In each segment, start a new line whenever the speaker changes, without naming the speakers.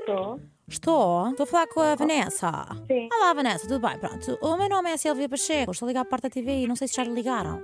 Estou.
Estou, estou a falar com a Vanessa.
Sim.
Olá, Vanessa, tudo bem? Pronto, o meu nome é Silvia Pacheco, estou a ligar a parte da TVI, não sei se já lhe ligaram.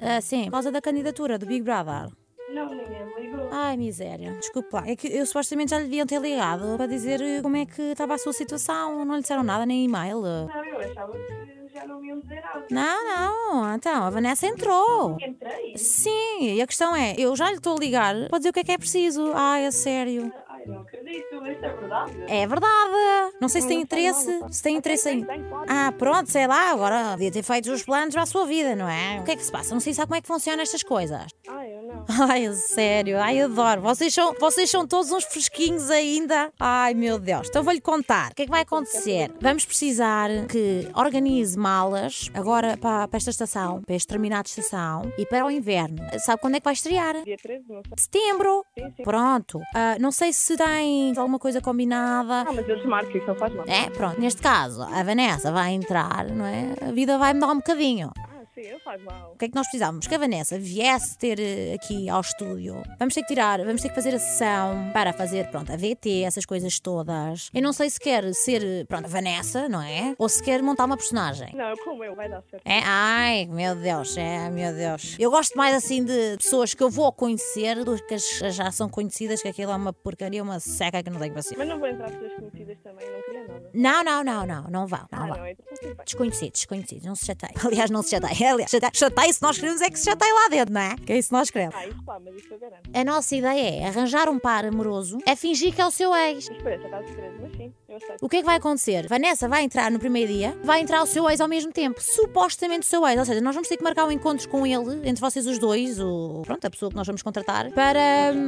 Ah, sim, por causa da candidatura do Big Brother.
Não, ninguém me ligou.
Ai, miséria. Desculpe lá. É que eu supostamente já lhe deviam ter ligado para dizer eh, como é que estava a sua situação. Não lhe disseram nada, nem e-mail.
Não, eu achava que já não me iam dizer algo.
Não, não. Então, a Vanessa entrou.
Entrei.
Sim, e a questão é, eu já lhe estou a ligar para dizer o que é que é preciso. Ai, é sério.
Ai, não acredito. Isso é verdade?
É verdade. Não sei se tem
Não sei
interesse.
nada.
Se tem interesse em.
Tem, tem, pode.
Ah, pronto, sei lá, agora devia ter feito os planos para a sua vida, não é? O que é que se passa? Não sei se sabe como é que funcionam estas coisas.
Ai, eu não.
Ai, a sério, ai, adoro. Vocês são, vocês são todos uns fresquinhos ainda. Ai, meu Deus. Então vou-lhe contar. O que é que vai acontecer? Vamos precisar que organize malas agora para, para esta estação, para este terminal de estação e para o inverno. Sabe quando é que vai estrear?
Dia 13, não sei.
Setembro.
Sim, sim.
Pronto. Ah, não sei se tem alguma coisa combinada.
Ah, mas eu desmarco, isso não faz mal.
É, pronto. Neste caso, a Vanessa vai entrar, não é? A vida vai mudar um bocadinho.
Ah, sim, eu faz mal.
O que é que nós precisávamos? Que a Vanessa viesse ter eh, aqui ao estúdio. Vamos ter que tirar, vamos ter que fazer a sessão para fazer, pronto, a VT, essas coisas todas. Eu não sei se quer ser, eh, pronto, a Vanessa, não é? Ou se quer montar uma personagem.
Não, como eu, vai dar certo.
É, ai, meu Deus, é, meu Deus. Eu gosto mais assim de pessoas que eu vou conhecer do que as as já são conhecidas, que aquilo é uma porcaria, uma seca que não tenho paciência.
Mas não vou entrar pessoas conhecidas também, não queria nada.
Não, não, não, não, não vão, não
Ah,
vão.
não, então tudo bem.
Desconhecidos, desconhecidos, não se chateiem. Aliás, não se chateiem. Aliás, chateiem, chateiem se nós queremos é que se chateiem lá dentro, não é? Que é isso que nós queremos.
Ah, isso lá, mas isso eu garanto.
A nossa ideia é arranjar um par amoroso a fingir que é o seu ex.
Mas por essa casa de 13, mas sim, eu aceito.
O que é que vai acontecer? Vanessa vai entrar no primeiro dia, vai entrar o seu ex ao mesmo tempo. Supostamente o seu ex. Ou seja, nós vamos ter que marcar um encontro com ele, entre vocês os dois, o, pronto, a pessoa que nós vamos contratar, para,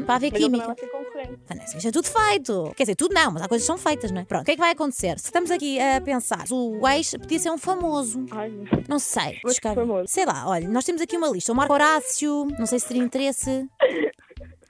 para haver
Mas é. eu também
química.
vai ser concorrente.
Vanessa, isto é tudo feito. Quer dizer, tudo não, mas há coisas que são feitas, não é? Pronto, o que é que vai acontecer? Se estamos aqui a pensar, o ex podia ser um famoso.
Ai,
Não sei.
Mas que famoso.
Sei lá, olha, nós temos aqui uma lista. O Marco Horácio, não sei se teria interesse.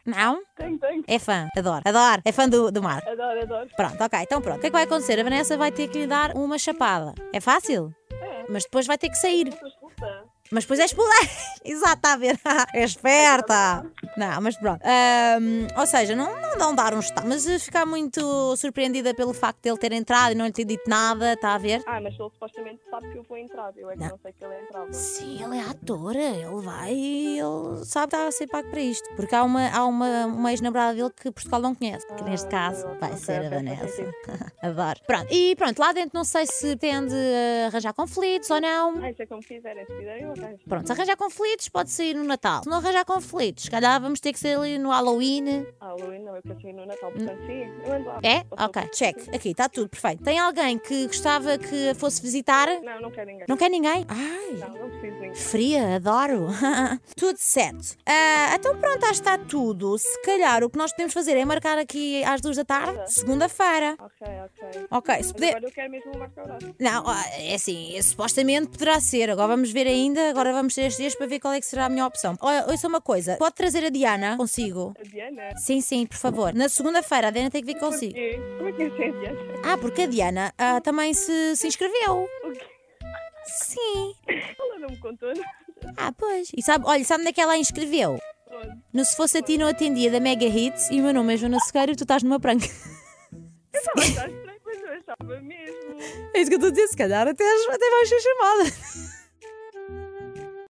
Não?
tenho, tenho.
É fã, adoro, adoro. É fã do, do Marco.
Adoro, adoro.
Pronto, ok, então pronto. O que é que vai acontecer? A Vanessa vai ter que lhe dar uma chapada. É fácil?
É.
Mas depois vai ter que sair.
Estou expulsa.
Mas depois é expulsar. Exato, está a ver? é esperta. Não, mas pronto. Ahm, ou seja, não, não dão dar um estado. Mas eh, ficar muito surpreendida pelo facto de ele ter entrado e não lhe ter dito nada, está a ver?
Ah, mas ele supostamente sabe que eu vou entrar. Eu é que
Não.
não, sei que ele entrava.
Sim, ele é ator, ele vai e ele sabe que está a ser pago para isto. Porque há uma, há uma, uma ex-namorada dele que Portugal não conhece, que neste caso
ok,
vai
Ah, ok,
ser a
ok, faz
Vanessa.
sentido.
Adoro. Pronto, e pronto, lá dentro não sei se tende a arranjar conflitos ou não.
Ah, isso é como quiserem. Se quiserem, eu arranjo.
Pronto, se arranjar conflitos pode sair no Natal. Se não arranjar conflitos, se calhar vamos ter que ser ali no Halloween.
Ah, Luís, não, eu quero sair no Natal. Portanto, sim, eu ando lá.
É?
Ou sou- assim.
Ok, check. Aqui, está tudo perfeito. Tem alguém que gostava que fosse visitar?
Não, não quero ninguém.
Não quer ninguém? Ai,
Não, não preciso de ninguém.
Fria, adoro. tudo certo. Ah, então pronto, acho que está tudo. Se calhar o que nós podemos fazer é marcar aqui às duas da tarde, segunda-feira.
Ok, ok.
Ok, se
Mas
puder.
agora eu quero mesmo o Marco Horácio.
Não, ah, é assim, supostamente poderá ser. Agora vamos ver ainda, agora vamos ter estes dias para ver qual é que será a melhor opção. Olha, ouça uma coisa, pode trazer a Diana consigo?
A Diana.
Sim, sim, por favor. Na segunda-feira a Diana tem que vir consigo.
Porquê? Como é que é ser a Diana?
Ah, porque a Diana ah, também se, se inscreveu.
O quê?
Sim.
Ela não me contou.
Ah, pois. E sabe, olha, sabe onde é que ela a inscreveu?
Onde?
No Se Fosse a Ti Não Atendia da Mega Hits e o meu nome é Joana Sequeira e tu estás numa pranca.
Eu estava a achar estranho, mas eu achava mesmo.
É isso que eu estou a dizer, se calhar até, até vais ser chamada.